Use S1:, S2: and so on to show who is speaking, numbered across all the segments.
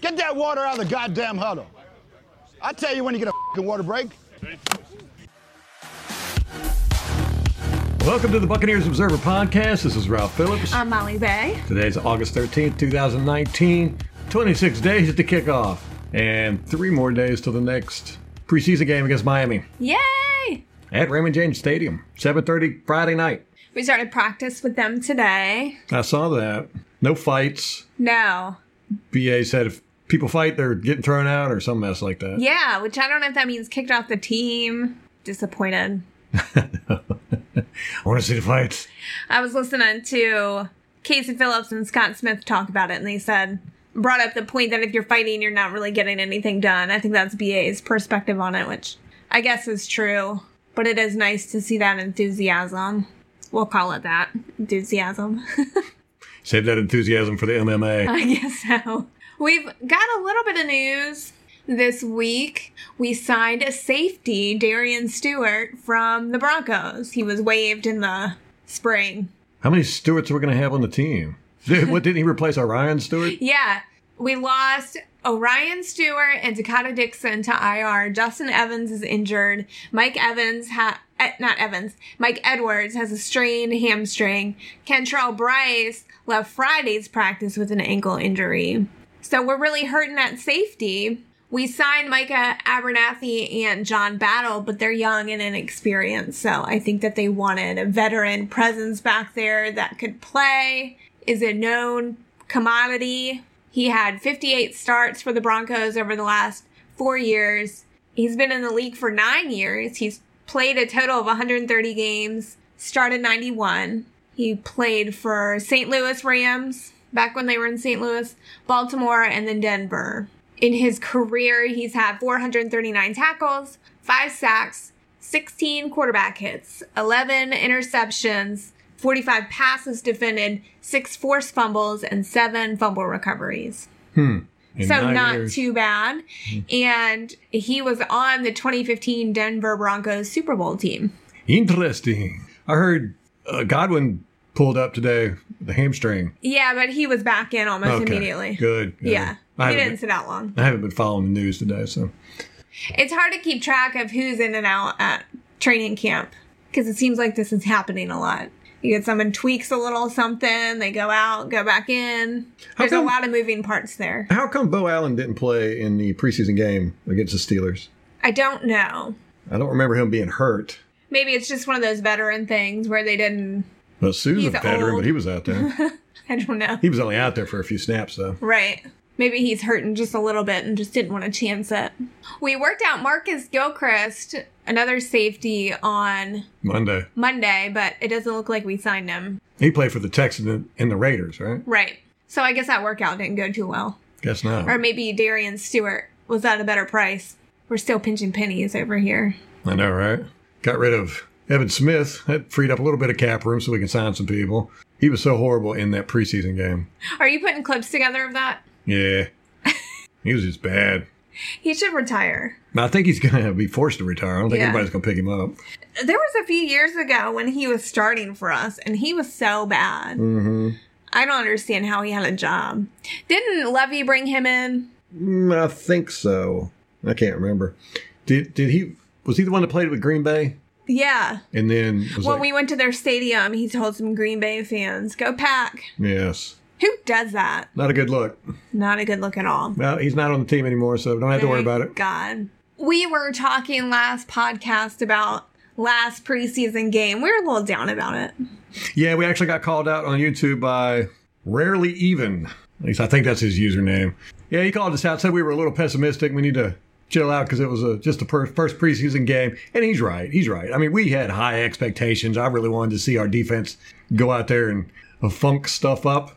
S1: Get that water out of the goddamn huddle. I tell you when you get a fucking water break.
S2: Welcome to the Buccaneers Observer Podcast. This is Ralph Phillips.
S3: I'm Molly Bay.
S2: Today's August 13th, 2019. 26 days to kickoff, and three more days till the next preseason game against Miami
S3: Yay!
S2: at Raymond James Stadium, 7.30 Friday night.
S3: We started practice with them today.
S2: I saw that. No fights.
S3: No.
S2: BA said if people fight, they're getting thrown out or some mess like that.
S3: Yeah, which I don't know if that means kicked off the team. Disappointed.
S2: I want to see the fights.
S3: I was listening to Casey Phillips and Scott Smith talk about it, and they said, brought up the point that if you're fighting, you're not really getting anything done. I think that's BA's perspective on it, which I guess is true, but it is nice to see that enthusiasm. We'll call it that enthusiasm.
S2: Save that enthusiasm for the MMA.
S3: I guess so. We've got a little bit of news this week. We signed a safety, Darian Stewart, from the Broncos. He was waived in the spring.
S2: How many Stewarts are we going to have on the team? Did- what didn't he replace Orion Stewart?
S3: Yeah, we lost Orion Stewart and Dakota Dixon to IR. Justin Evans is injured. Mike Evans ha- eh, not Evans. Mike Edwards has a strained hamstring. Kentrell Bryce left Friday's practice with an ankle injury. So we're really hurting at safety. We signed Micah Abernathy and John Battle, but they're young and inexperienced. So I think that they wanted a veteran presence back there that could play, is a known commodity. He had 58 starts for the Broncos over the last four years. He's been in the league for nine years. He's played a total of 130 games, started 91. He played for St. Louis Rams back when they were in St. Louis, Baltimore, and then Denver. In his career, he's had 439 tackles, five sacks, 16 quarterback hits, 11 interceptions, 45 passes defended, six forced fumbles, and seven fumble recoveries.
S2: In
S3: so
S2: nine
S3: not
S2: years. Mm-hmm.
S3: too bad. And he was on the 2015 Denver Broncos Super Bowl team.
S2: Interesting. I heard uh, Godwin pulled up today the hamstring.
S3: Yeah, but he was back in almost
S2: Okay.
S3: immediately.
S2: Good. good.
S3: Yeah.
S2: I
S3: He
S2: haven't,
S3: didn't
S2: been,
S3: sit out long.
S2: I haven't been following the news today, so
S3: It's hard to keep track of who's in and out at training camp because it seems like this is happening a lot. You get someone tweaks a little something, they go out, go back in. There's
S2: come-
S3: a lot of moving parts there.
S2: how come Bo Allen didn't play in the preseason game against the Steelers?
S3: I don't know.
S2: I don't remember him being hurt.
S3: Maybe it's just one of those veteran things where they didn't.
S2: Well, Sue's
S3: He's
S2: a veteran,
S3: old.
S2: but he was out there.
S3: I don't know.
S2: he was only out there for a few snaps, though.
S3: Right. Maybe he's hurting just a little bit and just didn't want to chance it. We worked out Marcus Gilchrist, another safety, on
S2: Monday,
S3: Monday, but it doesn't look like we signed him.
S2: he played for the Texans and- and the Raiders, right?
S3: Right. So I guess that workout didn't go too well.
S2: Guess not.
S3: Or maybe Darian Stewart was at a better price. We're still pinching pennies over here.
S2: I know, right? Got rid of Evan Smith. That freed up a little bit of cap room so we can sign some people. He was so horrible in that preseason game.
S3: Are you putting clips together of that?
S2: Yeah. he was just bad.
S3: He should retire.
S2: I think he's going to be forced to retire. I don't think
S3: Yeah.
S2: anybody's going to pick him up.
S3: There was a few years ago when he was starting for us, and he was so bad. Mm-hmm. I don't understand how he had a job. Didn't Levy bring him in?
S2: Mm, I think so. I can't remember. Did did he was he the one that played with Green Bay
S3: Yeah.
S2: and then was
S3: When
S2: like,
S3: we went to their stadium, he told some Green Bay fans, "Go pack."
S2: yes,
S3: Who does that?
S2: not a good look.
S3: Not a good look at all.
S2: Well, he's not on the team anymore, so don't have to worry
S3: Thank
S2: about it.
S3: God. We were talking last podcast about last preseason game. We were a little down about it.
S2: Yeah, we actually got called out on YouTube by Rarely Even. At least I think that's his username. Yeah, he called us out, said we were a little pessimistic. We need to chill out because it was a, just the per- first preseason game. And he's right. He's right. I mean, we had high expectations. I really wanted to see our defense go out there and uh, funk stuff up.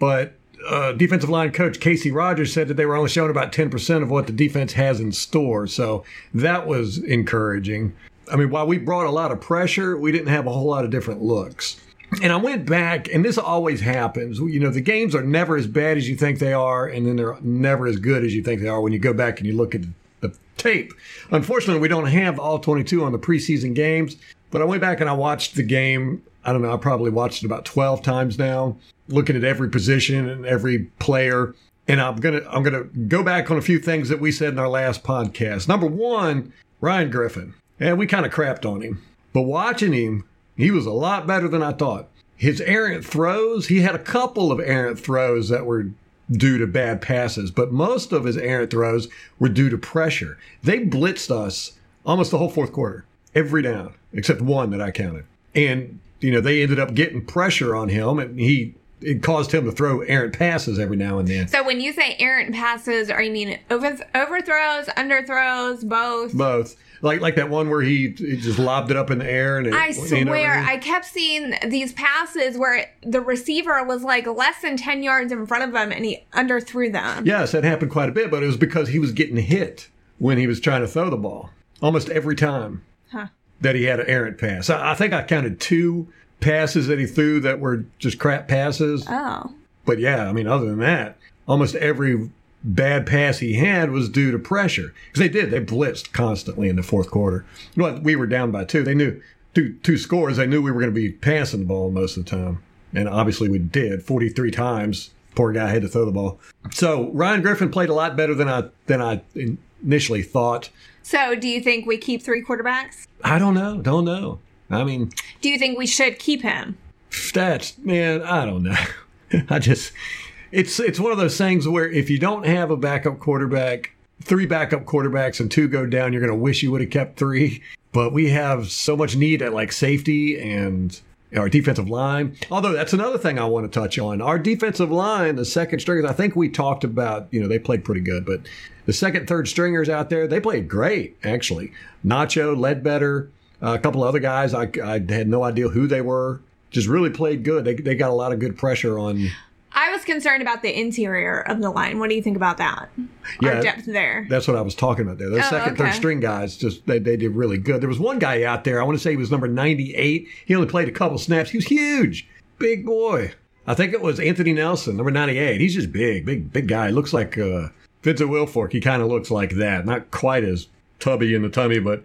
S2: But uh, defensive line coach Casey Rogers said that they were only showing about 10% of what the defense has in store. So that was encouraging. I mean, while we brought a lot of pressure, we didn't have a whole lot of different looks. And I went back, and this always happens. You know, the games are never as bad as you think they are, and then they're never as good as you think they are when you go back and you look at the tape. Unfortunately, we don't have all 22 on the preseason games, but I went back and I watched the game. I don't know, I probably watched it about 12 times now, looking at every position and every player. and I'm gonna I'm gonna go back on a few things that we said in our last podcast. Number one, Ryan Griffin, and we kind of crapped on him, but watching him, he was a lot better than I thought. His errant throws, he had a couple of errant throws that were due to bad passes, but most of his errant throws were due to pressure. They blitzed us almost the whole fourth quarter, every down except one that I counted, and you know they ended up getting pressure on him, and he. It caused him to throw errant passes every now and then.
S3: So when you say errant passes, or you mean over, overthrows, underthrows, both?
S2: both. Like like that one where he, he just lobbed it up in the air and it,
S3: I
S2: you know what
S3: swear,
S2: mean?
S3: I kept seeing these passes where the receiver was like less than 10 yards in front of him and he underthrew them.
S2: yes, that happened quite a bit, but it was because he was getting hit when he was trying to throw the ball almost every time
S3: Huh.
S2: that he had an errant pass. I, I think I counted two passes that he threw that were just crap passes.
S3: Oh.
S2: But yeah, I mean, other than that, almost every bad pass he had was due to pressure because they did they blitzed constantly in the fourth quarter. Well, we were down by two. They knew two two scores. They knew we were going to be passing the ball most of the time, and obviously we did forty three times. Poor guy had to throw the ball. So Ryan Griffin played a lot better than I than I initially thought.
S3: So do you think we keep three quarterbacks?
S2: I don't know. Don't know. I mean,
S3: Do you think we should keep him?
S2: That's man, I don't know. I just it's it's one of those things where if you don't have a backup quarterback, three backup quarterbacks and two go down, you're gonna wish you would have kept three. But we have so much need at like safety and our defensive line. Although that's another thing I want to touch on. Our defensive line, the second stringers, I think we talked about, you know, they played pretty good, but the second, third stringers out there, they played great, actually. Nacho, Ledbetter, uh, a couple other guys. I, I had no idea who they were. Just really played good. They, they got a lot of good pressure on.
S3: I was concerned about the interior of the line. What do you think about that?
S2: Yeah.
S3: Our depth there.
S2: That's what I was talking about there. Those
S3: Oh,
S2: second, third
S3: okay.
S2: string guys just they, they did really good. There was one guy out there. I want to say he was number ninety eight. He only played a couple snaps. He was huge, big boy. I think it was Anthony Nelson, number ninety eight. He's just big, big, big guy. Looks like uh, Vincent Wilfork. He kind of looks like that. Not quite as tubby in the tummy, but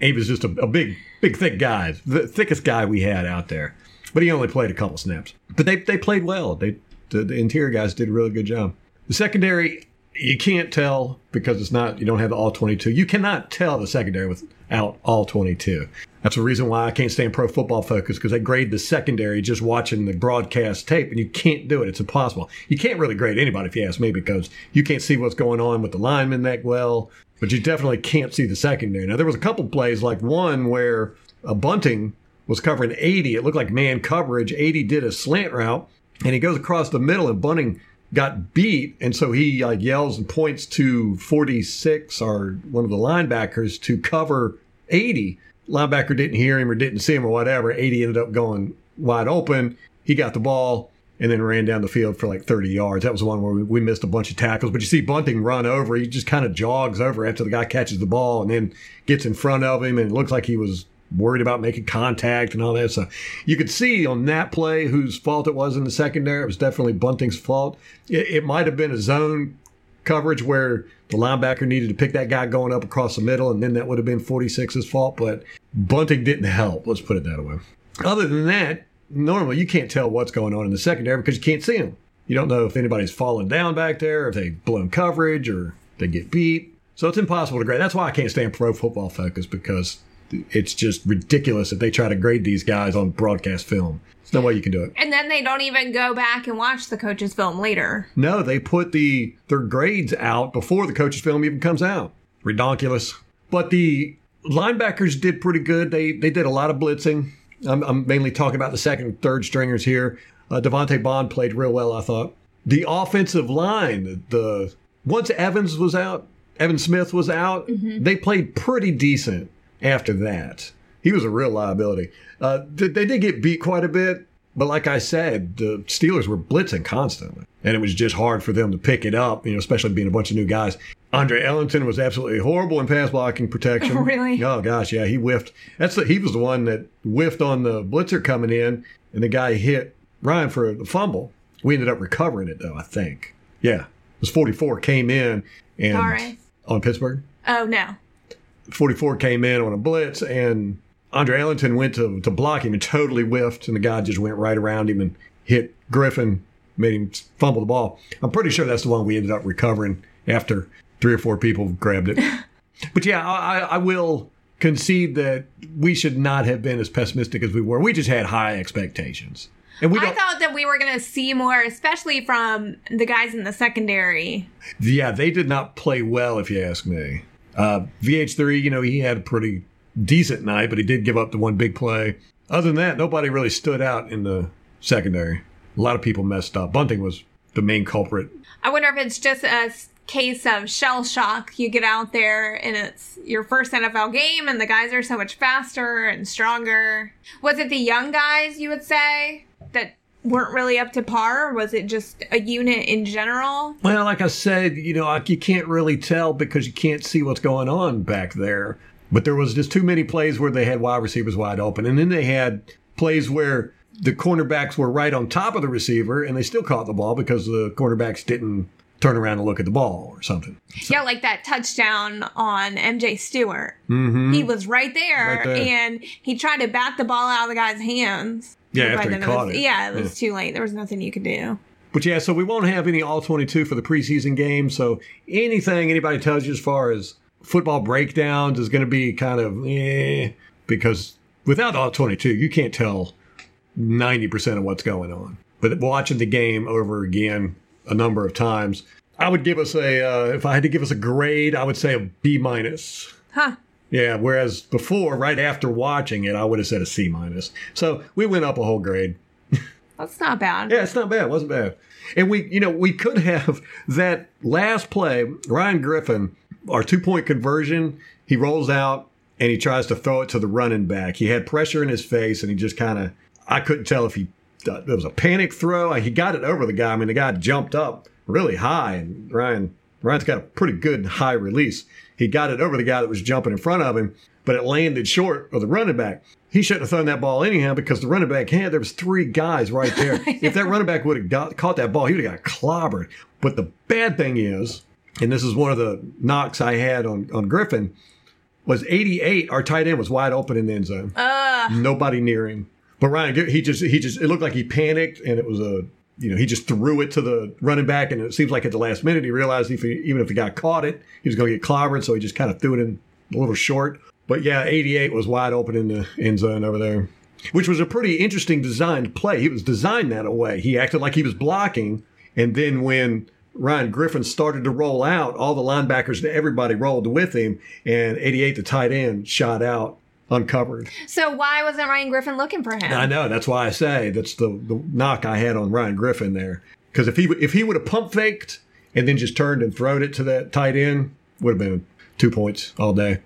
S2: he was just a, a big, big, thick guy. The thickest guy we had out there. But he only played a couple snaps. But they they played well. They the, the interior guys did a really good job. The secondary, you can't tell because it's not, you don't have the all 22. You cannot tell the secondary without all 22. That's the reason why I can't stand pro football focus because they grade the secondary just watching the broadcast tape and you can't do it. It's impossible. You can't really grade anybody if you ask me because you can't see what's going on with the linemen that well, but you definitely can't see the secondary. Now, there was a couple plays like one where a bunting was covering 80. It looked like man coverage. 80 did a slant route and he goes across the middle and Bunting got beat. And so he like yells and points to 46 or one of the linebackers to cover 80. Linebacker didn't hear him or didn't see him or whatever. 80 ended up going wide open. He got the ball and then ran down the field for like 30 yards. That was the one where we, we missed a bunch of tackles. But you see Bunting run over. He just kind of jogs over after the guy catches the ball and then gets in front of him. And it looks like he was worried about making contact and all that. So you could see on that play whose fault it was in the secondary. It was definitely Bunting's fault. It, it might have been a zone coverage where the linebacker needed to pick that guy going up across the middle, and then that would have been 46's fault. But Bunting didn't help. Let's put it that way. Other than that, normally you can't tell what's going on in the secondary because you can't see them. You don't know if anybody's fallen down back there, if they've blown coverage, or they get beat. So it's impossible to grade. That's why I can't stand pro football focus because it's just ridiculous if they try to grade these guys on broadcast film. There's no way you can do it.
S3: And then they don't even go back and watch the coach's film later.
S2: No, they put the their grades out before the coach's film even comes out. Redonkulous. But the linebackers did pretty good. They they did a lot of blitzing. I'm, I'm mainly talking about the second and third stringers here. Uh, Devontae Bond played real well, I thought. The offensive line, the once Evans was out, Evan Smith was out, they played pretty decent after that. He was a real liability. Uh, they, they did get beat quite a bit, but like I said, the Steelers were blitzing constantly, and it was just hard for them to pick it up. You know, especially being a bunch of new guys. Andre Ellington was absolutely horrible in pass blocking protection.
S3: Really?
S2: Oh gosh, yeah, he whiffed. That's the, he was the one that whiffed on the blitzer coming in, and the guy hit Ryan for the fumble. We ended up recovering it though, I think. Yeah, it was 44 came in and
S3: Sorry.
S2: on Pittsburgh.
S3: Oh, no.
S2: 44 came in on a blitz and Andre Ellington went to, to block him and totally whiffed and the guy just went right around him and hit Griffin made him fumble the ball. I'm pretty sure that's the one we ended up recovering after three or four people grabbed it. but yeah, I, I- I will concede that we should not have been as pessimistic as we were. We just had high expectations, and we
S3: I
S2: don't.
S3: thought that we were going to see more, especially from the guys in the secondary.
S2: yeah, they did not play well, if you ask me. Uh, VH3, you know, he had a pretty decent night, but he did give up the one big play. Other than that, nobody really stood out in the secondary. A lot of people messed up. Bunting was the main culprit.
S3: I wonder if it's just a s- case of shell shock. You get out there and it's your first NFL game, and the guys are so much faster and stronger. Was it the young guys, you would say, that weren't really up to par? Or was it just a unit in general?
S2: Well, like I said, you know, I, you can't really tell because you can't see what's going on back there. But there was just too many plays where they had wide receivers wide open, and then they had plays where the cornerbacks were right on top of the receiver, and they still caught the ball because the cornerbacks didn't turn around and look at the ball or something.
S3: Yeah, like that touchdown on MJ Stewart. He was right there,
S2: Mm-hmm. Right there.
S3: and he tried to bat the ball out of the guy's hands.
S2: Yeah,
S3: But
S2: after he
S3: then
S2: caught
S3: was,
S2: it.
S3: Yeah, it was too late. There was nothing you could do.
S2: But yeah, so we won't have any all 22 for the preseason game. So anything anybody tells you as far as football breakdowns is going to be kind of eh, because without all 22, you can't tell 90% of what's going on. But watching the game over again a number of times, I would give us a, uh, if I had to give us a grade, I would say a B minus.
S3: Huh.
S2: Yeah, whereas before, right after watching it, I would have said a C minus. So we went up a whole grade.
S3: That's not bad.
S2: Yeah, it's not bad. It wasn't bad. And we, you know, we could have that last play, Ryan Griffin, our two point conversion, he rolls out and he tries to throw it to the running back. He had pressure in his face and he just kind of, I couldn't tell if he, it was a panic throw. He got it over the guy. I mean, the guy jumped up really high and Ryan, Ryan's got a pretty good high release. He got it over the guy that was jumping in front of him, but it landed short of the running back. He shouldn't have thrown that ball anyhow because the running back had there was three guys right there. if that running back would have got, caught that ball, he would have got clobbered. But the bad thing is, and this is one of the knocks I had on on Griffin, was 88. Our tight end was wide open in the end zone. Nobody near him. But Ryan, he just he just it looked like he panicked, and it was a you know he just threw it to the running back, and it seems like at the last minute he realized if he, even if the guy caught it, he was going to get clobbered, so he just kind of threw it in a little short. But yeah, 88 was wide open in the end zone over there, which was a pretty interesting designed play. He was designed that way. He acted like he was blocking, and then when Ryan Griffin started to roll out, all the linebackers and everybody rolled with him, and 88, the tight end, shot out uncovered.
S3: So why wasn't Ryan Griffin looking for him?
S2: I know. That's why I say that's the, the knock I had on Ryan Griffin there. Because if he if he would have pump faked and then just turned and thrown it to that tight end, would have been two points all day.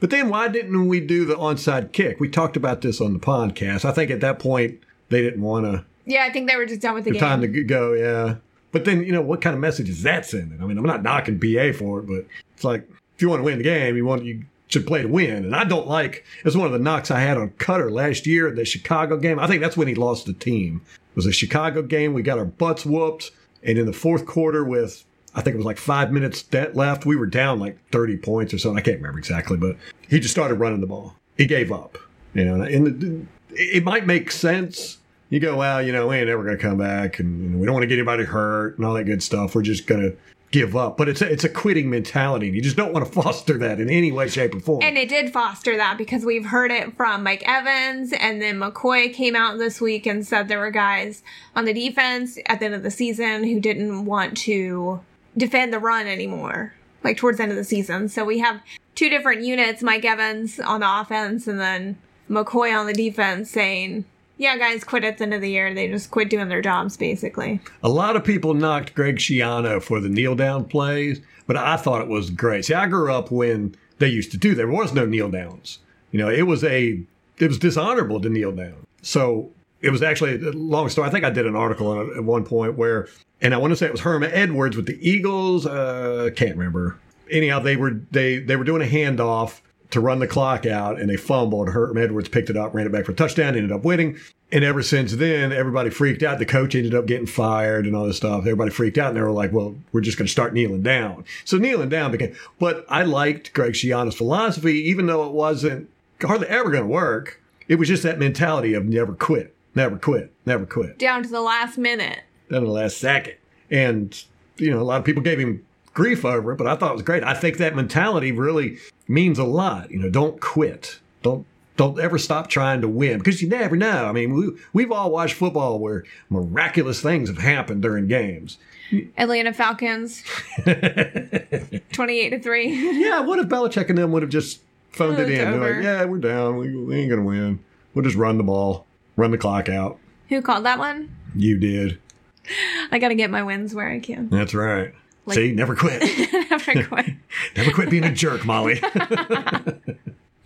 S2: But then why didn't we do the onside kick? We talked about this on the podcast. I think at that point they didn't want to
S3: yeah, I think they were just done with the game.
S2: time to g- go. Yeah. But then you know what kind of message is that sending? I mean, I'm not knocking BA for it, but it's like if you want to win the game, you want you should play to win. And I don't like it's one of the knocks I had on Cutter last year at the Chicago game. I think that's when he lost the team. It was a Chicago game. We got our butts whooped, and in the fourth quarter with. I think it was like five minutes de- left. We were down like 30 points or something. I can't remember exactly, but he just started running the ball. He gave up. You know, and and it it might make sense you go, well, you know, we ain't ever going to come back, and you know, we don't want to get anybody hurt and all that good stuff. We're just going to give up. But it's a, it's a quitting mentality. and You just don't want to foster that in any way, shape, or form.
S3: And it did foster that because we've heard it from Mike Evans, and then McCoy came out this week and said there were guys on the defense at the end of the season who didn't want to defend the run anymore, like towards the end of the season. So we have two different units Mike Evans on the offense, and then McCoy on the defense saying, yeah, guys quit at the end of the year. They just quit doing their jobs, basically.
S2: a lot of people knocked Greg Schiano for the kneel down plays, but I thought it was great. See, I grew up when they used to do. There was no kneel downs. You know, it was a it was dishonorable to kneel down. So it was actually a long story. I think I did an article on it at one point where, and I want to say it was Herman Edwards with the Eagles. Uh, can't remember. Anyhow, they were they they were doing a handoff to run the clock out, and they fumbled. Herman Edwards picked it up, ran it back for a touchdown, ended up winning. And ever since then, everybody freaked out. The coach ended up getting fired and all this stuff. Everybody freaked out, and they were like, "Well, we're just going to start kneeling down." So kneeling down became. But I liked Greg Schiano's philosophy, even though it wasn't hardly ever going to work. It was just that mentality of never quit, never quit, never quit.
S3: Down to the last minute.
S2: down to the last second. And, you know, a lot of people gave him grief over it, but I thought it was great. I think that mentality really means a lot. You know, don't quit. Don't don't ever stop trying to win because you never know. I mean, we, we've all watched football where miraculous things have happened during games.
S3: Atlanta Falcons, twenty-eight to three.
S2: Yeah, what if Belichick and them would have just phoned it
S3: It's
S2: in? They're
S3: over.
S2: like, yeah, we're down. We, we ain't going to win. We'll just run the ball, run the clock out.
S3: Who called that one?
S2: You did.
S3: I gotta get my wins where I can.
S2: That's right.
S3: Like-
S2: See, never quit.
S3: Never quit.
S2: Never quit being a jerk, Molly.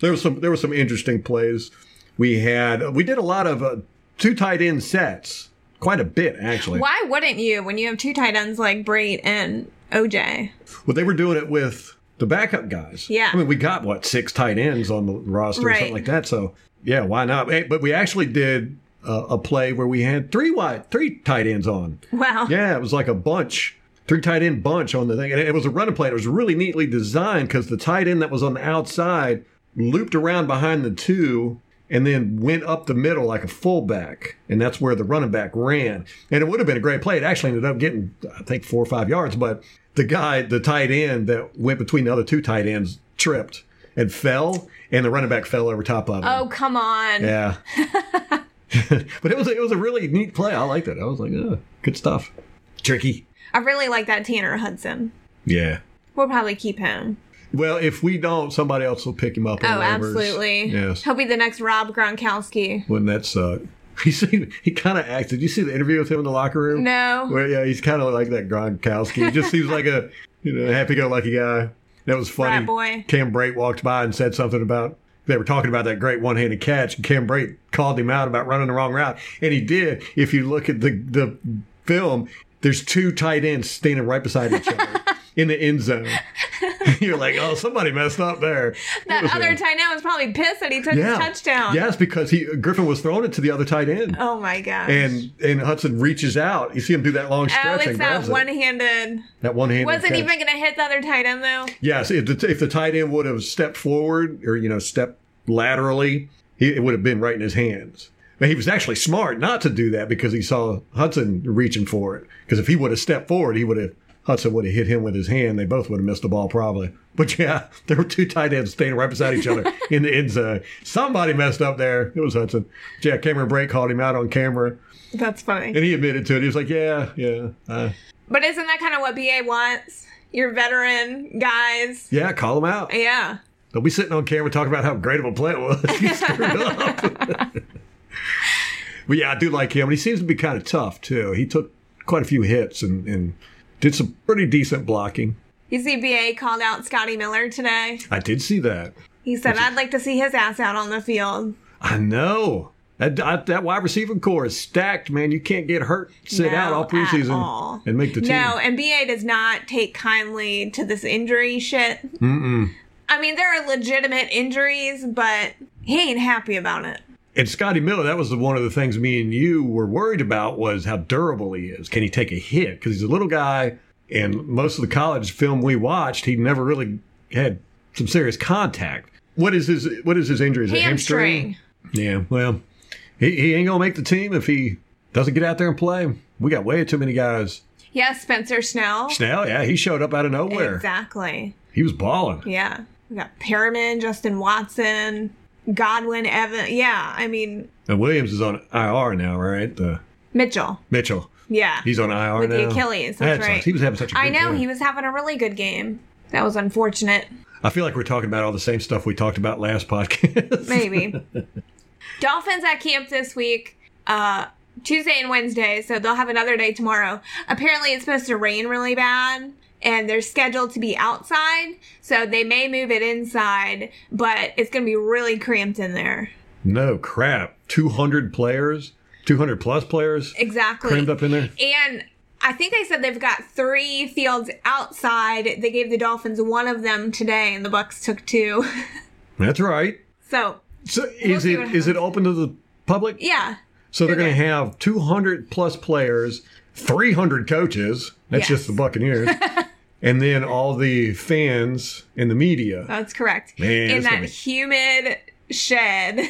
S2: there was some there were some interesting plays we had. We did a lot of uh, two tight end sets, quite a bit actually.
S3: Why wouldn't you when you have two tight ends like Brait and OJ?
S2: Well, they were doing it with the backup guys.
S3: Yeah.
S2: I mean, we got what six tight ends on the roster or
S3: Right.
S2: something like that. So yeah, why not? Eh, But we actually did uh, a play where we had three wide, three tight ends on.
S3: Wow.
S2: Yeah, it was like a bunch, three tight end bunch on the thing. And it was a running play. It was really neatly designed because the tight end that was on the outside looped around behind the two and then went up the middle like a fullback. And that's where the running back ran. And it would have been a great play. It actually ended up getting, I think, four or five yards. But the guy, the tight end that went between the other two tight ends, tripped and fell. And the running back fell over top of him.
S3: Oh come on.
S2: Yeah. but it was it was a really neat play. I liked it. I was like, oh, good stuff. Tricky.
S3: I really like that Tanner Hudson.
S2: Yeah.
S3: We'll probably keep him.
S2: Well, if we don't, somebody else will pick him up. on
S3: Oh,
S2: waivers.
S3: absolutely.
S2: Yes.
S3: He'll be the next Rob Gronkowski.
S2: Wouldn't that suck? You see, he kind of acts. Did you see the interview with him in the locker room?
S3: No.
S2: Where yeah, he's kind of like that Gronkowski. He just seems like a you know happy-go-lucky guy. That was funny.
S3: Rat boy.
S2: Cam Brate walked by and said something about they were talking about that great one-handed catch, and Cam Brate called him out about running the wrong route, and he did. If you look at the the film, there's two tight ends standing right beside each other in the end zone. You're like, oh, somebody messed up there. It
S3: That
S2: was
S3: other
S2: him.
S3: tight end was probably pissed that he took
S2: yeah,
S3: his touchdown.
S2: Yes, because he Griffin was throwing it to the other tight end.
S3: Oh my gosh.
S2: And and Hudson reaches out. You see him do that long
S3: oh,
S2: stretch
S3: it's
S2: and
S3: that
S2: grabs
S3: one
S2: it.
S3: handed.
S2: That one hand.
S3: Wasn't even going to hit the other tight end though.
S2: Yes, if the, if the tight end would have stepped forward or you know stepped laterally, he, it would have been right in his hands. But he was actually smart not to do that because he saw Hudson reaching for it. Because if he would have stepped forward, he would have Hudson would have hit him with his hand. They both would have missed the ball probably. But yeah, there were two tight ends standing right beside each other in the end zone. Somebody messed up there. It was Hudson. Yeah, Cameron Brake called him out on camera,
S3: That's funny.
S2: and he admitted to it. He was like, "Yeah, yeah, uh,
S3: But isn't that kind of what BA wants? Your veteran guys.
S2: yeah." Call him out.
S3: Yeah.
S2: They'll be sitting on camera talking about how great of a play it was. He screwed up. but yeah, I do like him. And he seems to be kind of tough, too. He took quite a few hits and, and did some pretty decent blocking.
S3: You see, BA called out Scotty Miller today.
S2: I did see that.
S3: He said, I'd like to see his ass out on the field.
S2: I know. That, I- that wide receiver core is stacked, man. You can't get hurt, sit
S3: No,
S2: out all
S3: at all.
S2: preseason, and make the team.
S3: No, and BA does not take kindly to this injury shit. Mm-mm. I mean, there are legitimate injuries, but he ain't happy about it.
S2: And Scotty Miller, that was the- one of the things me and you were worried about was how durable he is. Can he take a hit? Because he's a little guy, and most of the college film we watched, he never really had some serious contact. What is his What is his injury? Is it
S3: Hamstring.
S2: Yeah. Well, he, he ain't gonna make the team if he doesn't get out there and play. We got way too many guys.
S3: Yes, Spencer Snell.
S2: Snell, yeah, he showed up out of nowhere.
S3: Exactly.
S2: He was balling.
S3: Yeah. We got Perriman, Justin Watson, Godwin, Evan. Yeah. I mean,
S2: And Williams is on IR now, right? The
S3: Mitchell.
S2: Mitchell,
S3: Yeah.
S2: he's on IR
S3: With
S2: now.
S3: the Achilles, that's
S2: sucks.
S3: right.
S2: He was having such a good
S3: I know
S2: game.
S3: he was having a really good game. That was unfortunate.
S2: I feel like we're talking about all the same stuff we talked about last podcast.
S3: Maybe. Dolphins at camp this week, uh, Tuesday and Wednesday, so they'll have another day tomorrow. Apparently, it's supposed to rain really bad, and they're scheduled to be outside, so they may move it inside, but it's going to be really cramped in there.
S2: no crap. 200 players, 200 plus players
S3: Exactly.
S2: crammed up in there.
S3: And I think they said they've got three fields outside. They gave the Dolphins one of them today, and the Bucks took two.
S2: That's right.
S3: so,
S2: So is
S3: see
S2: it
S3: what
S2: is it open to the public?
S3: yeah.
S2: So they're going to have 200 plus players, 300 coaches. That's
S3: Yes.
S2: just the Buccaneers. and then all the fans and the media.
S3: That's correct.
S2: Man,
S3: in
S2: it's
S3: that
S2: gonna be-
S3: humid shed.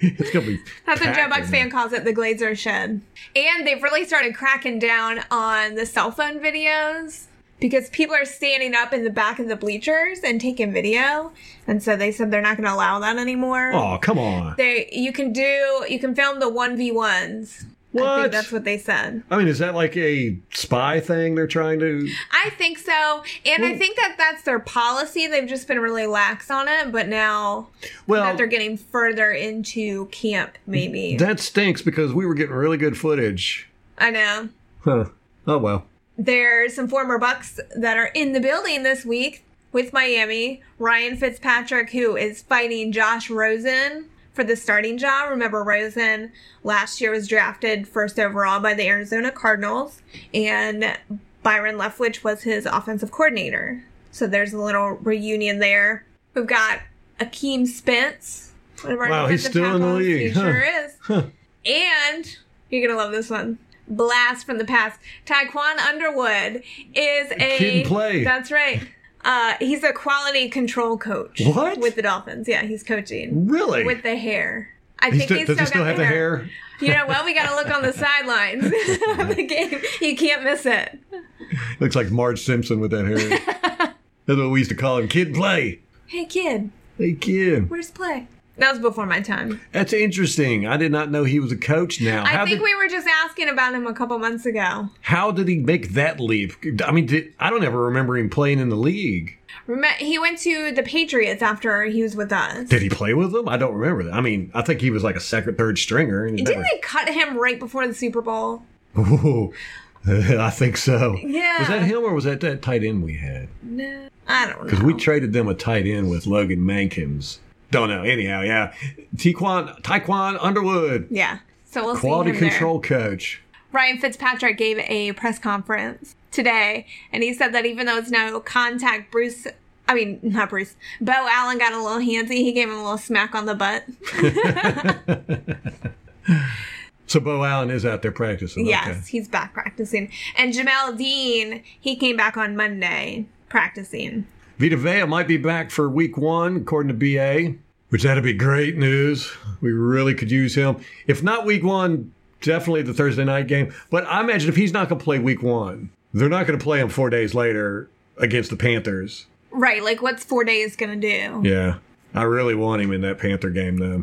S2: It's gonna be.
S3: That's what Joe
S2: packed
S3: Bucks
S2: in
S3: fan calls it, the Glazer shed. And they've really started cracking down on the cell phone videos because people are standing up in the back of the bleachers and taking video, and so they said they're not going to allow that anymore.
S2: there. Oh come on!
S3: They you can do you can film the one v ones. I
S2: What?
S3: think that's what they said.
S2: I mean, is that like a spy thing they're trying to?
S3: I think so, and I
S2: Well-
S3: think that that's their policy. They've just been really lax on it, but now
S2: Well,
S3: that they're getting further into camp, maybe
S2: that stinks because we were getting really good footage.
S3: I know.
S2: Huh. Oh well.
S3: There's some former Bucks that are in the building this week with Miami. Ryan Fitzpatrick, who is fighting Josh Rosen for the starting job. Remember, Rosen last year was drafted first overall by the Arizona Cardinals, and Byron Leftwich was his offensive coordinator. So there's a little reunion there. We've got Akeem Spence. one of our
S2: Wow, he's
S3: defensive
S2: still in the
S3: tackles.
S2: league,
S3: He
S2: huh.
S3: sure is. And you're gonna love this one. Blast from the past. Taekwon Underwood is a
S2: Kid and play.
S3: That's right. Uh, he's a quality control coach.
S2: What?
S3: With the Dolphins. Yeah, he's coaching.
S2: Really?
S3: With the hair. I
S2: He
S3: think
S2: still-
S3: he's
S2: does
S3: still
S2: he still
S3: got
S2: have the hair?
S3: You know what? We gotta look on the sidelines of the game. You can't miss it.
S2: Looks like Marge Simpson with that hair. That's what we used to call him, kid play.
S3: Hey kid,
S2: Hey kid.
S3: where's play? That was before my time.
S2: That's interesting. I did not know he was a coach now.
S3: I
S2: how
S3: think
S2: did,
S3: we were just asking about him a couple months ago.
S2: how did he make that leap? I mean, did, I don't ever remember him playing in the league.
S3: Remember, he went to the Patriots after he was with us.
S2: Did he play with them? I don't remember that. I mean, I think he was like a second, third stringer. and he
S3: Didn't
S2: never-
S3: they cut him right before the Super Bowl?
S2: Ooh, I think so.
S3: Yeah.
S2: Was that him or was that that tight end we had?
S3: No, I don't
S2: Because
S3: know.
S2: we traded them a tight end with Logan Mankins. Don't know. Anyhow, yeah. Taekwon, Taekwon Underwood,
S3: yeah, so we'll
S2: quality
S3: see him there.
S2: control coach.
S3: Ryan Fitzpatrick gave a press conference today, and he said that even though it's no contact, Bruce. I mean, not Bruce. Bo Allen got a little handsy. He gave him a little smack on the butt.
S2: So Bo Allen is out there practicing.
S3: Yes, he's back practicing. And Jamel Dean, he came back on Monday practicing.
S2: Okay. Vita Vea might be back for week one, according to BA, which that'd be great news. We really could use him. If not week one, definitely the Thursday night game. But I imagine if he's not going to play week one, they're not going to play him four days later against the Panthers.
S3: Right, like what's four days gonna do? Yeah,
S2: Yeah. I really want him in that Panther game, though.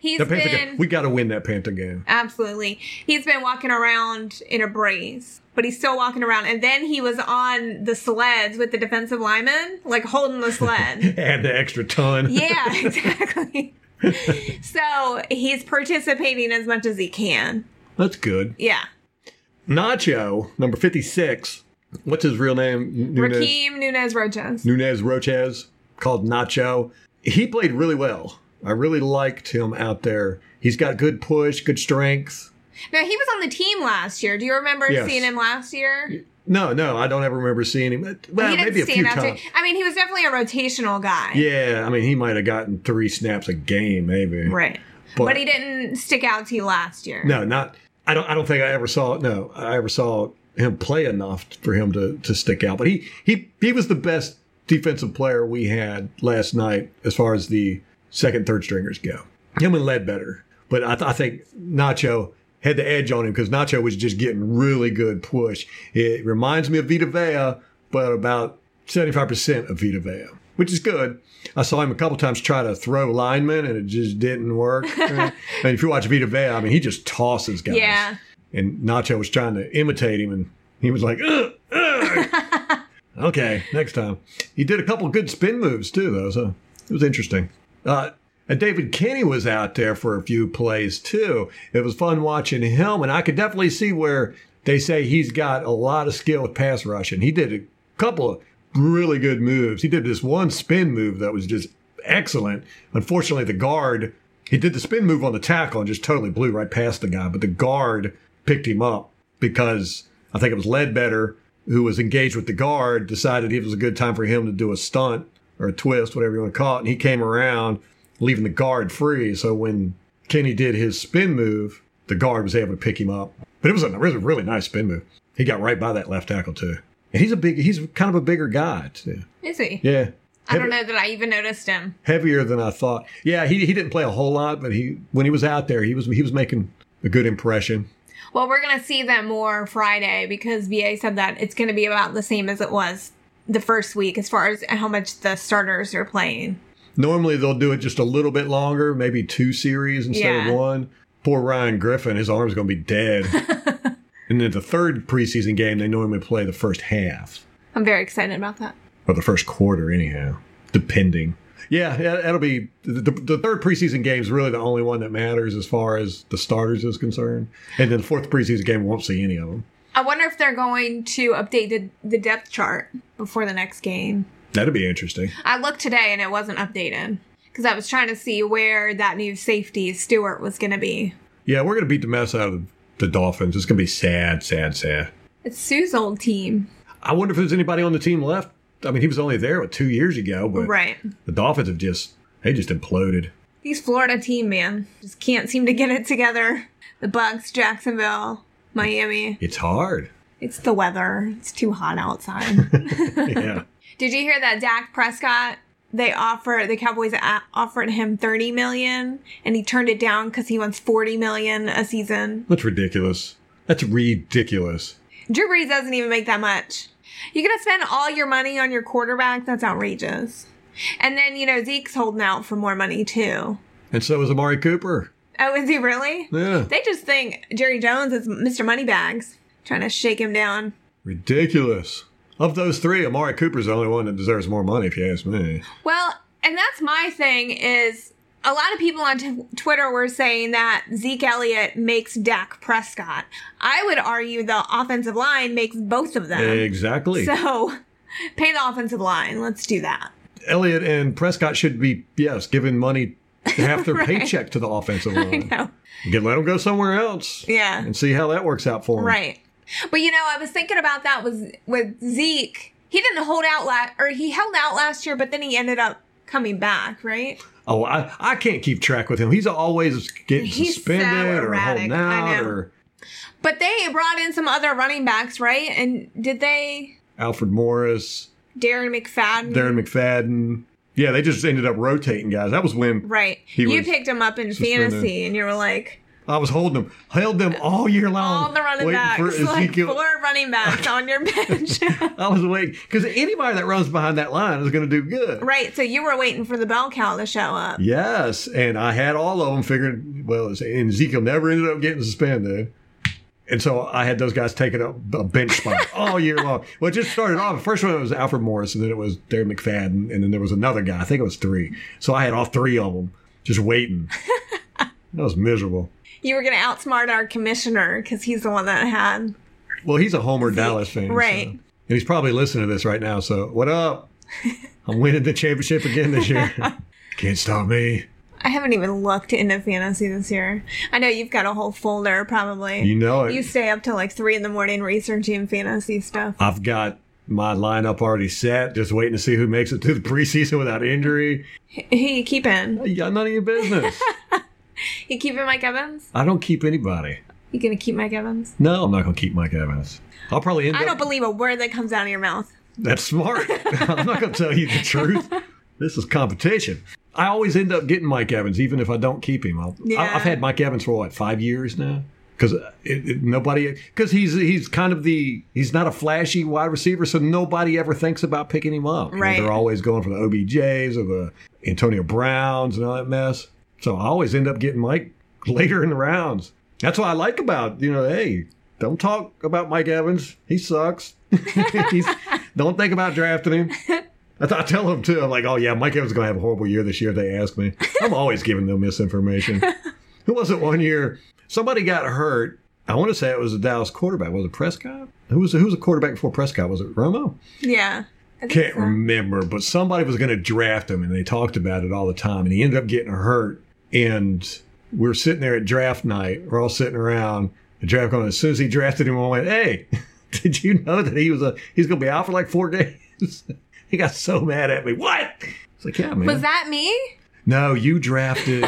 S3: he's
S2: The Panther
S3: been.
S2: game. We got to win that Panther game.
S3: Absolutely. He's been walking around in a brace, but he's still walking around. And then he was on the sleds with the defensive lineman, like holding the sled.
S2: Add the extra ton.
S3: yeah, exactly. so he's participating as much as he can.
S2: That's good.
S3: Yeah.
S2: Nacho, number 56. What's his real name? Nunez.
S3: Raheem Nunez Rojas.
S2: Nunez Roches, called Nacho. He played really well. I really liked him out there. He's got good push, good strength.
S3: Now, he was on the team last year. Do you remember
S2: Yes.
S3: seeing him last year?
S2: No, no, I don't ever remember seeing him. Well,
S3: he
S2: maybe a few
S3: out to-
S2: times.
S3: I mean, he was definitely a rotational guy.
S2: Yeah, I mean, he might have gotten three snaps a game, maybe.
S3: Right.
S2: But-
S3: But, he didn't stick out to you last year.
S2: No, not. I don't. I don't think I ever saw. No, I ever saw him play enough for him to to stick out. But he he he was the best defensive player we had last night as far as the second third stringers go. Him and Ledbetter. But I, th- I think Nacho had the edge on him because Nacho was just getting really good push. It reminds me of Vita Vea, but about seventy five percent of Vita Vea, which is good. I saw him a couple times try to throw linemen, and it just didn't work. and if you watch Vita Vea, I mean, he just tosses guys.
S3: Yeah.
S2: And Nacho was trying to imitate him, and he was like, ugh, ugh." okay, next time. He did a couple good spin moves, too, though, so it was interesting. Uh, and David Kenny was out there for a few plays, too. It was fun watching him, and I could definitely see where they say he's got a lot of skill with pass rush, and he did a couple of really good moves. He did this one spin move that was just excellent. Unfortunately, the guard he did the spin move on the tackle and just totally blew right past the guy, but the guard picked him up because I think it was Ledbetter who was engaged with the guard decided it was a good time for him to do a stunt or a twist, whatever you want to call it, and he came around leaving the guard free. So when Kenny did his spin move, the guard was able to pick him up. But it was a, it was a really nice spin move. He got right by that left tackle too. And he's a big, he's kind of a bigger guy too.
S3: Is he?
S2: Yeah.
S3: I don't know that I even noticed him.
S2: heavier than I thought. Yeah, he he didn't play a whole lot, but he when he was out there, he was he was making a good impression.
S3: Well, we're going to see them more Friday because VA said that it's going to be about the same as it was the first week as far as how much the starters are playing.
S2: Normally they'll do it just a little bit longer, maybe two series instead
S3: Yeah.
S2: of one. Poor Ryan Griffin, his arm's going to be dead. and then the third preseason game, they normally play the first half
S3: I'm very excited about that.
S2: or the first quarter, anyhow, depending. Yeah, that- that'll be the, the, the third preseason game is really the only one that matters as far as the starters is concerned. And then the fourth preseason game won't see any of them.
S3: I wonder if they're going to update the, the depth chart before the next game.
S2: That'll be interesting.
S3: I looked today and it wasn't updated because I was trying to see where that new safety Stewart was going to be.
S2: Yeah, we're gonna beat the mess out of the Dolphins. It's gonna be sad, sad, sad.
S3: It's Sue's old team.
S2: I wonder if there's anybody on the team left. I mean, he was only there what, two years ago, but
S3: Right.
S2: the Dolphins have just they just imploded.
S3: These Florida team, man, just can't seem to get it together. The Bucks, Jacksonville, Miami.
S2: It's hard.
S3: It's the weather. It's too hot outside.
S2: yeah,
S3: Did you hear that Dak Prescott? They offer the Cowboys a- offered him 30 million and he turned it down cuz he wants 40 million a season.
S2: that's ridiculous. That's ridiculous.
S3: Drew Brees doesn't even make that much. You're gonna spend all your money on your quarterback? That's outrageous. And then you know Zeke's holding out for more money too.
S2: And so is Amari Cooper.
S3: Oh, is he really?
S2: Yeah,
S3: They just think Jerry Jones is Mr. Moneybags, trying to shake him down.
S2: ridiculous. Of those three, Amari Cooper's the only one that deserves more money, if you ask me.
S3: Well, and that's my thing is a lot of people on t- Twitter were saying that Zeke Elliott makes Dak Prescott. I would argue the offensive line makes both of them.
S2: Exactly.
S3: Um, So pay the offensive line. Let's do that.
S2: Elliott and Prescott should be yes, giving money half their
S3: Right.
S2: paycheck to the offensive
S3: I
S2: line.
S3: know.
S2: You can let them go somewhere else.
S3: Yeah.
S2: And see how that works out for them.
S3: Right. But you know, I was thinking about that was with Zeke. He didn't hold out last, or he held out last year, but then he ended up coming back, right?
S2: Oh, I, I can't keep track with him. He's always getting
S3: He's so
S2: suspended or
S3: erratic.
S2: holding
S3: I
S2: out
S3: know.
S2: or
S3: But they brought in some other running backs, right? And did they?
S2: Alfred Morris,
S3: Darren McFadden.
S2: Darren McFadden. Yeah, they just ended up rotating guys. That was when
S3: Right.
S2: He
S3: you
S2: was
S3: picked him up in
S2: suspended.
S3: fantasy, and you were like,
S2: I was holding them, held them all year long.
S3: all the running
S2: Um, waiting
S3: backs,
S2: for
S3: like
S2: Ezekiel.
S3: four running backs on your bench.
S2: I was waiting because anybody that runs behind that line is going to do good.
S3: right. So you were waiting for the bell cow to show up.
S2: Yes, and I had all of them figured. Well, and Ezekiel never ended up getting suspended, and so I had those guys taking up a bench spot all year long. Well, it just started off. The first one was Alfred Morris, and then it was Darren McFadden, and then there was another guy. I think it was three. So I had all three of them just waiting. that was miserable.
S3: You were going to outsmart our commissioner because he's the one that had
S2: Well, he's a Homer Dallas fan, so-
S3: right.
S2: and he's probably listening to this right now. So what up? I'm winning the championship again this year. Can't stop me.
S3: I haven't even looked into fantasy this year. I know you've got a whole folder, probably.
S2: You know it.
S3: You stay up till like three in the morning researching fantasy stuff.
S2: I've got my lineup already set, just waiting to see who makes it to the preseason without injury.
S3: Who you keeping?
S2: Yeah, none of your business.
S3: You keeping Mike Evans?
S2: I don't keep anybody.
S3: You gonna keep Mike Evans?
S2: No, I'm not going to keep Mike Evans. I'll probably end
S3: I
S2: up.
S3: don't believe a word that comes out of your mouth.
S2: That's smart. I'm not going to tell you the truth. This is competition. I always end up getting Mike Evans, even if I don't keep him. I'll,
S3: Yeah.
S2: I, I've had Mike Evans for what five years now, because it, uh, it, nobody, because he's he's kind of the he's not a flashy wide receiver, so nobody ever thinks about picking him up. You know,
S3: Right.
S2: they're always going for the OBJs or the Antonio Browns and all that mess. So I always end up getting Mike later in the rounds. That's what I like about you know, hey, don't talk about Mike Evans. He sucks. He's, don't think about drafting him. I, th- I tell them too. I'm like, oh yeah, Mike Evans is gonna have a horrible year this year. if They ask me. I'm always giving them misinformation. Who was it one year? Somebody got hurt. I want to say it was a Dallas quarterback. Was it Prescott? Who was who was a quarterback before Prescott? Was it Romo?
S3: Yeah. I think
S2: Can't
S3: so.
S2: remember. But somebody was going to draft him, and they talked about it all the time. And he ended up getting hurt. And we were sitting there at draft night. We're all sitting around. The draft going. As soon as he drafted him, I went, "Hey, did you know that he was a he's going to be out for like four days?" he got so mad at me. What? It's like, yeah, man.
S3: Was that me?
S2: no, you drafted.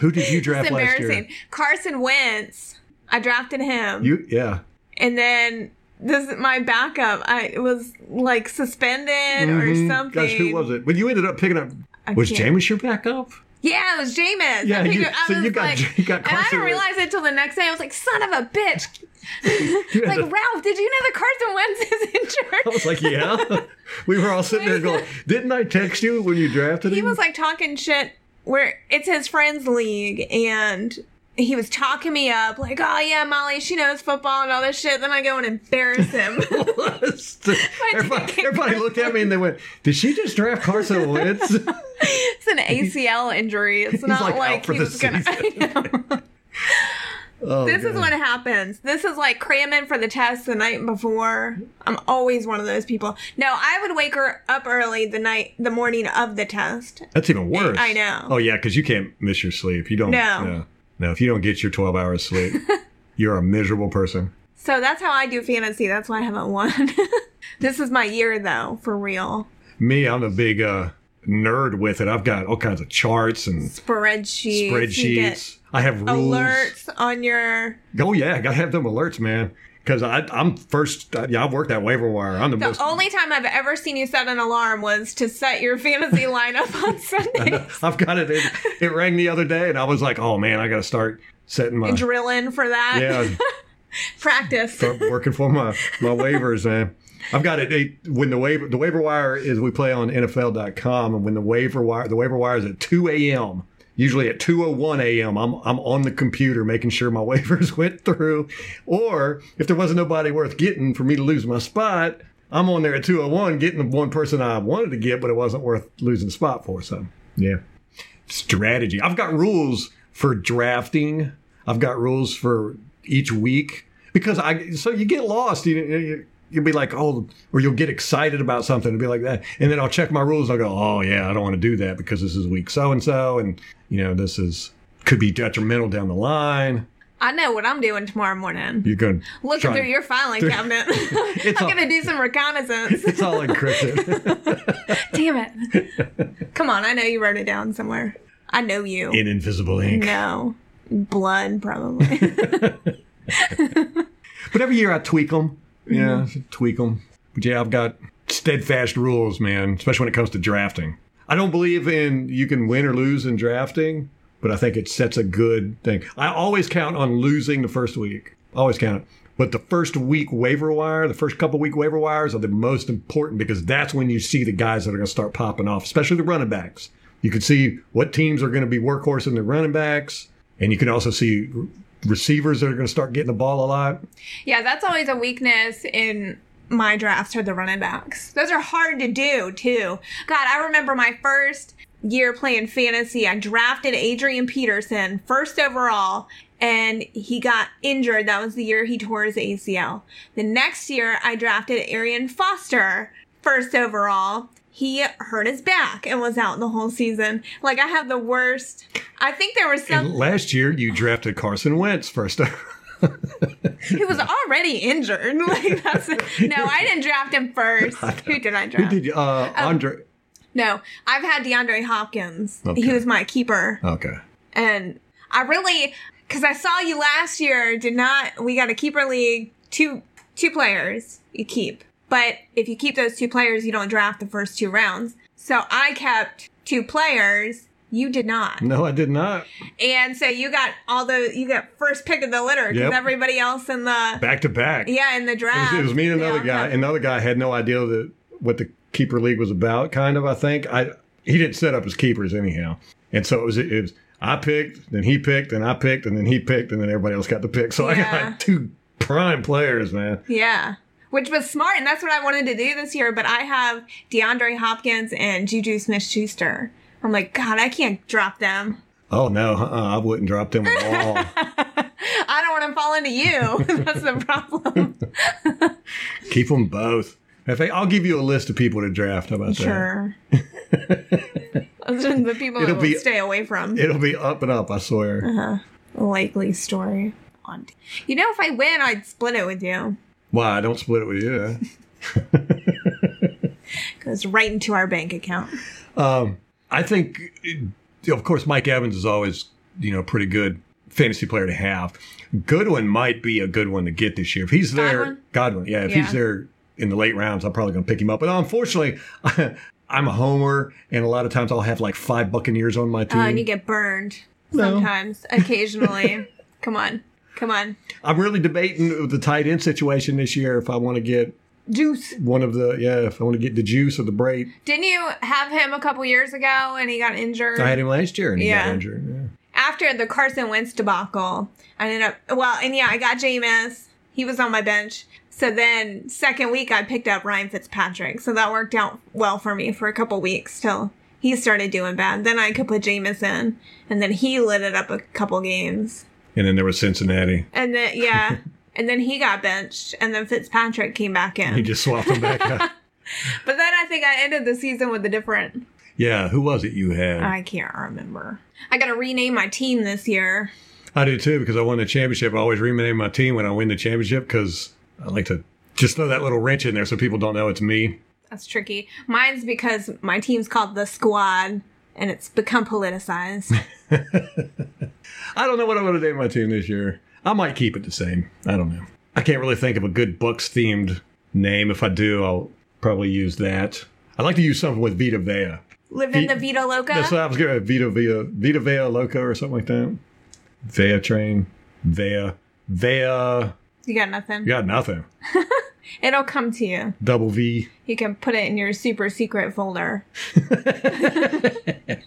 S2: who did you
S3: It's
S2: draft last year?
S3: embarrassing. Carson Wentz. I drafted him.
S2: You yeah.
S3: and then this my backup. I was like suspended or something.
S2: Mm-hmm. Gosh, who was it? But you ended up picking up. was
S3: can't-
S2: Jameis your backup?
S3: Yeah, it was Jameis.
S2: Yeah,
S3: I
S2: you-
S3: figured, I
S2: so you
S3: was
S2: got-
S3: like,
S2: you got
S3: and I didn't
S2: constantly-
S3: realize it till the next day. I was like, son of a bitch.
S2: You
S3: like,
S2: had a-
S3: Ralph, did you know that Carson Wentz is injured?
S2: I was like, yeah. we were all sitting there going, didn't I text you when you drafted
S3: he
S2: him?
S3: was like talking shit where it's his friends league and he was talking me up like oh yeah molly she knows football and all this shit then i go and embarrass him
S2: everybody, everybody looked at me and they went, did she just draft Carson Wentz?
S3: it's an acl injury it's not
S2: like, out
S3: like
S2: for
S3: he
S2: the
S3: was gonna
S2: season.
S3: I know.
S2: Oh,
S3: this is
S2: God.
S3: what happens this is like cramming for the test the night before i'm always one of those people no i would wake her up early the night the morning of the test
S2: That's even worse.
S3: I know.
S2: Oh yeah, because you can't miss your sleep. You don't.
S3: No.
S2: no. No, if you don't get your twelve hours sleep, you're a miserable person.
S3: so that's how i do fantasy that's why i haven't won this is my year though for real
S2: Me, I'm a big uh, nerd with it. I've got all kinds of charts and
S3: spreadsheets. You get
S2: spreadsheets. I have rules.
S3: alerts on your.
S2: Oh yeah, I gotta have them alerts, man. Because I, I'm first. Yeah, I've worked that waiver wire. I'm the,
S3: The
S2: most.
S3: only time I've ever seen you set an alarm was to set your fantasy lineup on Sunday.
S2: I've got it. it. It rang the other day, and I was like, "Oh man, I gotta start setting my
S3: Drilling for that.
S2: yeah."
S3: Practice.
S2: start working for my my waivers, man. I've got it. Eight, when the waiver the waiver wire is, we play on NFL.com, and when the waiver wire the waiver wire is at two a.m. Usually at two o one a.m. I'm I'm on the computer making sure my waivers went through, or if there wasn't nobody worth getting for me to lose my spot, I'm on there at two o one getting the one person I wanted to get, but it wasn't worth losing the spot for. So yeah, strategy. I've got rules for drafting. I've got rules for each week because I so you get lost. You, you you'll be like oh, or you'll get excited about something and be like that, and then I'll check my rules. and I'll go oh yeah, I don't want to do that because this is week so and so, and you know this is could be detrimental down the line.
S3: I know what I'm doing tomorrow morning.
S2: You're going
S3: Looking
S2: try-
S3: through your filing cabinet. I'm
S2: all-
S3: going to do some reconnaissance.
S2: It's all encrypted.
S3: Damn it. Come on. I know you wrote it down somewhere. I know you.
S2: in invisible ink.
S3: no. Blood, probably.
S2: But every year I tweak them. Yeah, tweak them. But yeah, I've got steadfast rules, man, especially when it comes to drafting. I don't believe in you can win or lose in drafting, but I think it sets a good thing. I always count on losing the first week. Always count it. But the first week waiver wire, the first couple week waiver wires are the most important because that's when you see the guys that are going to start popping off, especially the running backs. You can see what teams are going to be workhorse in the running backs, and you can also see r- receivers that are going to start getting the ball a lot.
S3: yeah, that's always a weakness in my drafts are the running backs. Those are hard to do too. God, I remember my first year playing fantasy. I drafted Adrian Peterson first overall and he got injured. That was the year he tore his ACL. The next year I drafted Arian Foster first overall. He hurt his back and was out the whole season. Like I have the worst. I think there was some
S2: And last year, you drafted Carson Wentz first.
S3: He was already injured. Like that's no, I didn't draft him first. Who did I draft?
S2: Did you, uh,
S3: Oh.
S2: Andre?
S3: No, I've had DeAndre Hopkins. He
S2: Okay.
S3: was my keeper,
S2: Okay.
S3: and I really because I saw you last year. Did not we got a keeper league? Two two players you keep, but if you keep those two players, you don't draft the first two rounds. So I kept two players. You did not,
S2: No, I did not.
S3: and so you got all the you got first pick of the litter because
S2: Yep.
S3: everybody else in the
S2: Back to back.
S3: yeah in the
S2: It
S3: draft
S2: was, it was me and
S3: they
S2: another
S3: all
S2: guy.
S3: kept-
S2: Another guy had no idea that what the keeper league was about. Kind of, I think. I he didn't set up his keepers anyhow, and so it was. It was I picked, then he picked, and I picked, and then he picked, and then everybody else got the pick. So I
S3: Yeah.
S2: got two prime players, man.
S3: Yeah. Which was smart, and that's what I wanted to do this year. But I have DeAndre Hopkins and Juju Smith Schuster. I'm like, God, I can't drop them.
S2: Oh no, uh-uh, I wouldn't drop them at all.
S3: I don't want to fall into you. that's the problem.
S2: Keep them both. In fact, I'll give you a list of people to draft. How about that?
S3: Sure. Those are the people
S2: It'll
S3: I will
S2: be-
S3: stay away from.
S2: It'll be up and up, I
S3: Uh-huh.
S2: swear.
S3: Likely story. On- You know, if I win, I'd split it with you.
S2: Why I don't split it with you?
S3: Goes right into our bank account.
S2: Um, I think, of course, Mike Evans is always you know pretty good fantasy player to have. Goodwin might be a good one to get this year. If he's there,
S3: Godwin?
S2: Godwin, yeah, if
S3: Yeah.
S2: he's there in the late rounds, I'm probably going to pick him up. But unfortunately, I'm a homer, and a lot of times I'll have like five Buccaneers on my team.
S3: Uh, and you get burned
S2: No.
S3: sometimes, occasionally. Come on. Come on.
S2: I'm really debating the tight end situation this year if I want to get
S3: Juice.
S2: one of the, yeah, if I want to get the juice or the braid.
S3: Didn't you have him a couple years ago and he got injured?
S2: I had him last year and he
S3: Yeah.
S2: got injured. Yeah.
S3: After the Carson Wentz debacle, I ended up, well, and yeah, I got Jameis. He was on my bench. So then, second week, I picked up Ryan Fitzpatrick. So that worked out well for me for a couple weeks till he started doing bad. Then I could put Jameis in, and then he lit it up a couple games.
S2: And then there was Cincinnati.
S3: And then, yeah. And then he got benched, and then Fitzpatrick came back in.
S2: He just swapped him back out.
S3: But then I think I ended the season with a different.
S2: Yeah, who was it you had? I,
S3: I can't remember. I got to rename my team this year.
S2: do too because I won the championship. I always rename my team when I win the championship because I like to just throw that little wrench in there so people don't know it's me.
S3: That's tricky. Mine's because my team's called the Squad, and it's become politicized.
S2: I don't know what I'm going to name my team this year. I might keep it the same. I don't know. I can't really think of a good Bucks themed name. If I do, I'll probably use that. I'd like to use something with Vita Vea.
S3: Live in the Vita Loca.
S2: That's what I was going to Vita Vea, Vita Vea Loco or something like that. Vea Train. Vea. Vea.
S3: you got nothing.
S2: You got nothing.
S3: It'll come to you.
S2: Double V.
S3: You can put it in your super secret folder.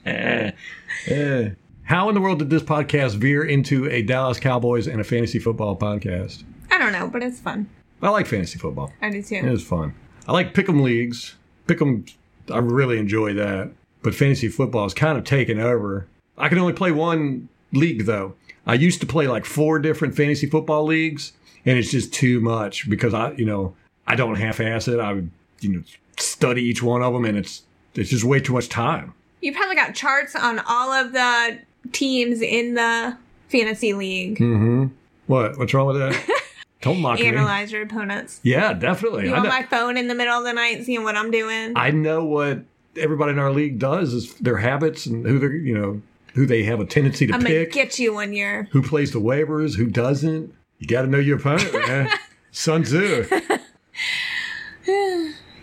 S2: Eh. How in the world did this podcast veer into a Dallas Cowboys and a fantasy football podcast?
S3: I don't know, but it's fun.
S2: I like fantasy football.
S3: I do
S2: It
S3: too.
S2: was fun. I like pick'em leagues. Pick'em, I really enjoy that. But fantasy football is kind of taken over. I can only play one league though. I used to play like four different fantasy football leagues, and it's just too much because I, you know, I don't half-ass it. I would, you know, study each one of them, and it's it's just way too much time.
S3: You probably got charts on all of the teams in the fantasy league.
S2: Mm-hmm. What? What's wrong with that? Don't mock me.
S3: Analyze your opponents.
S2: Yeah, definitely.
S3: You
S2: I
S3: on
S2: know,
S3: my phone in the middle of the night, seeing what I'm doing.
S2: I know what everybody in our league does is their habits and who they're, you know, who they have a tendency to
S3: I'm gonna
S2: pick,
S3: get you one year.
S2: who plays the waivers, who doesn't. You got to know your opponent, man. Sun Tzu.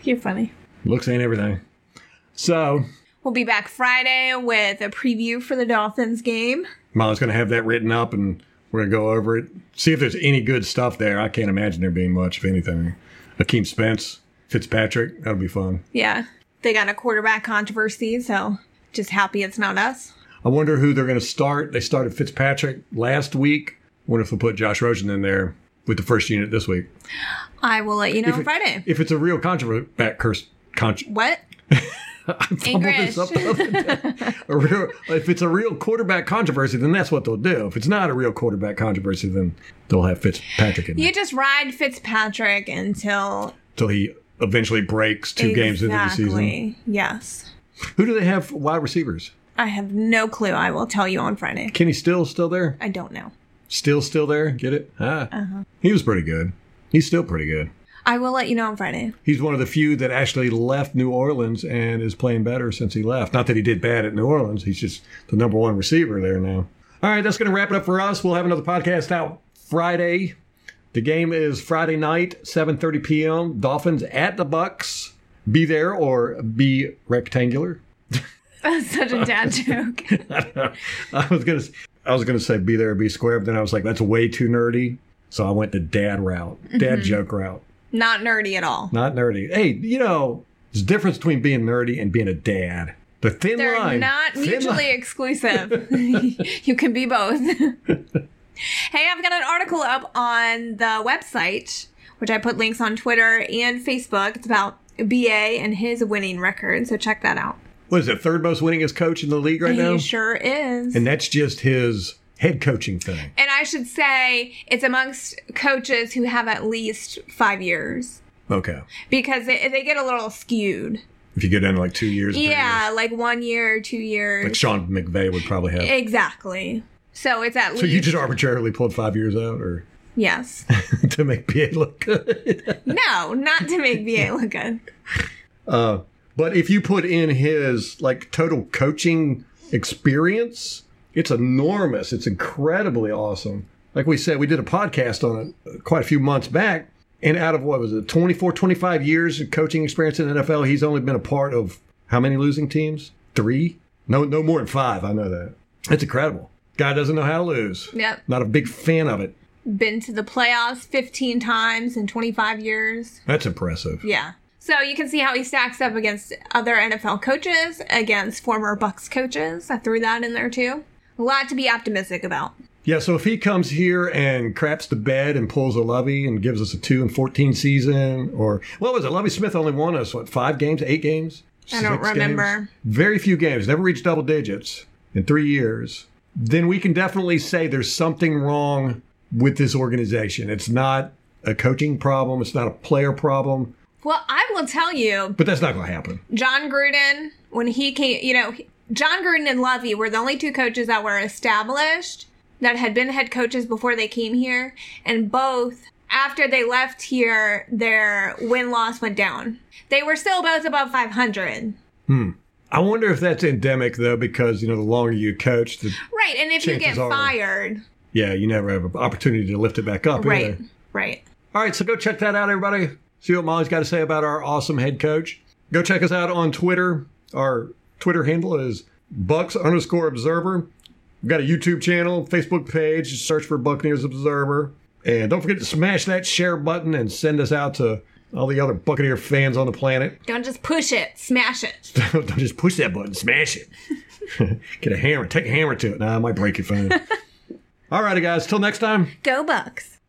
S3: You're funny.
S2: Looks ain't everything. So
S3: We'll be back Friday with a preview for the Dolphins game.
S2: Molly's going to have that written up and we're going to go over it. See if there's any good stuff there. I can't imagine there being much, if anything. Akeem Spence, Fitzpatrick. That'll be fun.
S3: Yeah, they got a quarterback controversy, so just happy it's not us.
S2: I wonder who they're going to start. They started Fitzpatrick last week. Wonder if they'll put Josh Rosen in there with the first unit this week.
S3: I will let you know
S2: If
S3: on
S2: it-
S3: Friday.
S2: If it's a real controversy, back curse. Con-
S3: What?
S2: I fumbled this up the other day. A real, if it's a real quarterback controversy, then that's what they'll do. If it's not a real quarterback controversy, then they'll have Fitzpatrick in there
S3: You just ride Fitzpatrick until
S2: until he eventually breaks two games into the season.
S3: Exactly. Yes,
S2: Who do they have for wide receivers?
S3: I have no clue. I will tell you on Friday.
S2: Kenny Still still there?
S3: I don't know.
S2: Still still there? Get it? Ah.
S3: Uh-huh.
S2: He was pretty good. He's still pretty good.
S3: I will let you know on Friday.
S2: he's one of the few that actually left New Orleans and is playing better since he left. Not that he did bad at New Orleans, he's just the number one receiver there now. All right, that's going to wrap it up for us. We'll have another podcast out Friday. The game is Friday night, 7:30 p.m. Dolphins at the Bucks. Be there or be rectangular.
S3: That's such a dad joke.
S2: I was gonna, I was gonna say be there or be square, but then I was like, that's way too nerdy. So I went the dad route, dad joke route.
S3: Not nerdy at all.
S2: Not nerdy. Hey, you know, there's a difference between being nerdy and being a dad. The thin
S3: They're
S2: line.
S3: not
S2: thin line.
S3: mutually exclusive. you can be both. hey, I've got an article up on the website, which I put links on Twitter and Facebook. It's about BA and his winning record, so check that out.
S2: What is it? Third most winningest coach in the league right now,
S3: He sure is.
S2: and that's just his head coaching thing.
S3: and I should say it's amongst coaches who have at least five years
S2: Okay,
S3: because they, they get a little skewed.
S2: if you go down to like two years, three years.
S3: Yeah, like one year, two years.
S2: like Sean McVay would probably have.
S3: exactly. So it's at
S2: So
S3: least.
S2: you just arbitrarily pulled five years out, or
S3: yes.
S2: to make PA look good.
S3: No, not to make VA look good.
S2: Uh, but if you put in his like total coaching experience, It's enormous. It's incredibly awesome. Like we said, we did a podcast on it uh, quite a few months back. And out of what was it, 24, 25 years of coaching experience in the NFL, he's only been a part of how many losing teams? Three? No, no more than five. I know that. It's incredible. Guy doesn't know how to lose.
S3: Yep.
S2: Not a big fan of it.
S3: Been to the playoffs 15 times in 25 years.
S2: That's impressive.
S3: Yeah. So you can see how he stacks up against other NFL coaches, against former Bucks coaches. I threw that in there too. A lot to be optimistic about.
S2: Yeah, so if he comes here and craps the bed and pulls a Lovey and gives us a two and fourteen season, or what was it? Lovey Smith only won us what five games, eight games?
S3: I don't
S2: Six
S3: remember.
S2: games? Very few games. Never reached double digits in three years. Then we can definitely say there's something wrong with this organization. It's not a coaching problem. It's not a player problem.
S3: Well, I will tell you,
S2: But that's not going to happen.
S3: John Gruden, when he came, you know, he- John Gruden and Lovey were the only two coaches that were established that had been head coaches before they came here. And both, after they left here, their win loss went down. They were still both above 500.
S2: I wonder if that's endemic though, because you know the longer you coach, the
S3: Right. And if you
S2: Chances
S3: get
S2: are-
S3: fired,
S2: yeah, you never have an opportunity to lift it back up.
S3: right,
S2: either.
S3: right.
S2: All right, so go check that out, everybody. See what Molly's got to say about our awesome head coach. Go check us out on Twitter. Our Twitter handle is Bucks underscore Observer. We've got a YouTube channel, Facebook page. Just search for Buccaneers Observer. And don't forget to smash that share button and send us out to all the other Buccaneer fans on the planet.
S3: Don't just push it, smash it.
S2: don't just push that button, smash it. Get a hammer, take a hammer to it. Nah, I might break your phone. all righty, guys. Till next time.
S3: Go Bucks.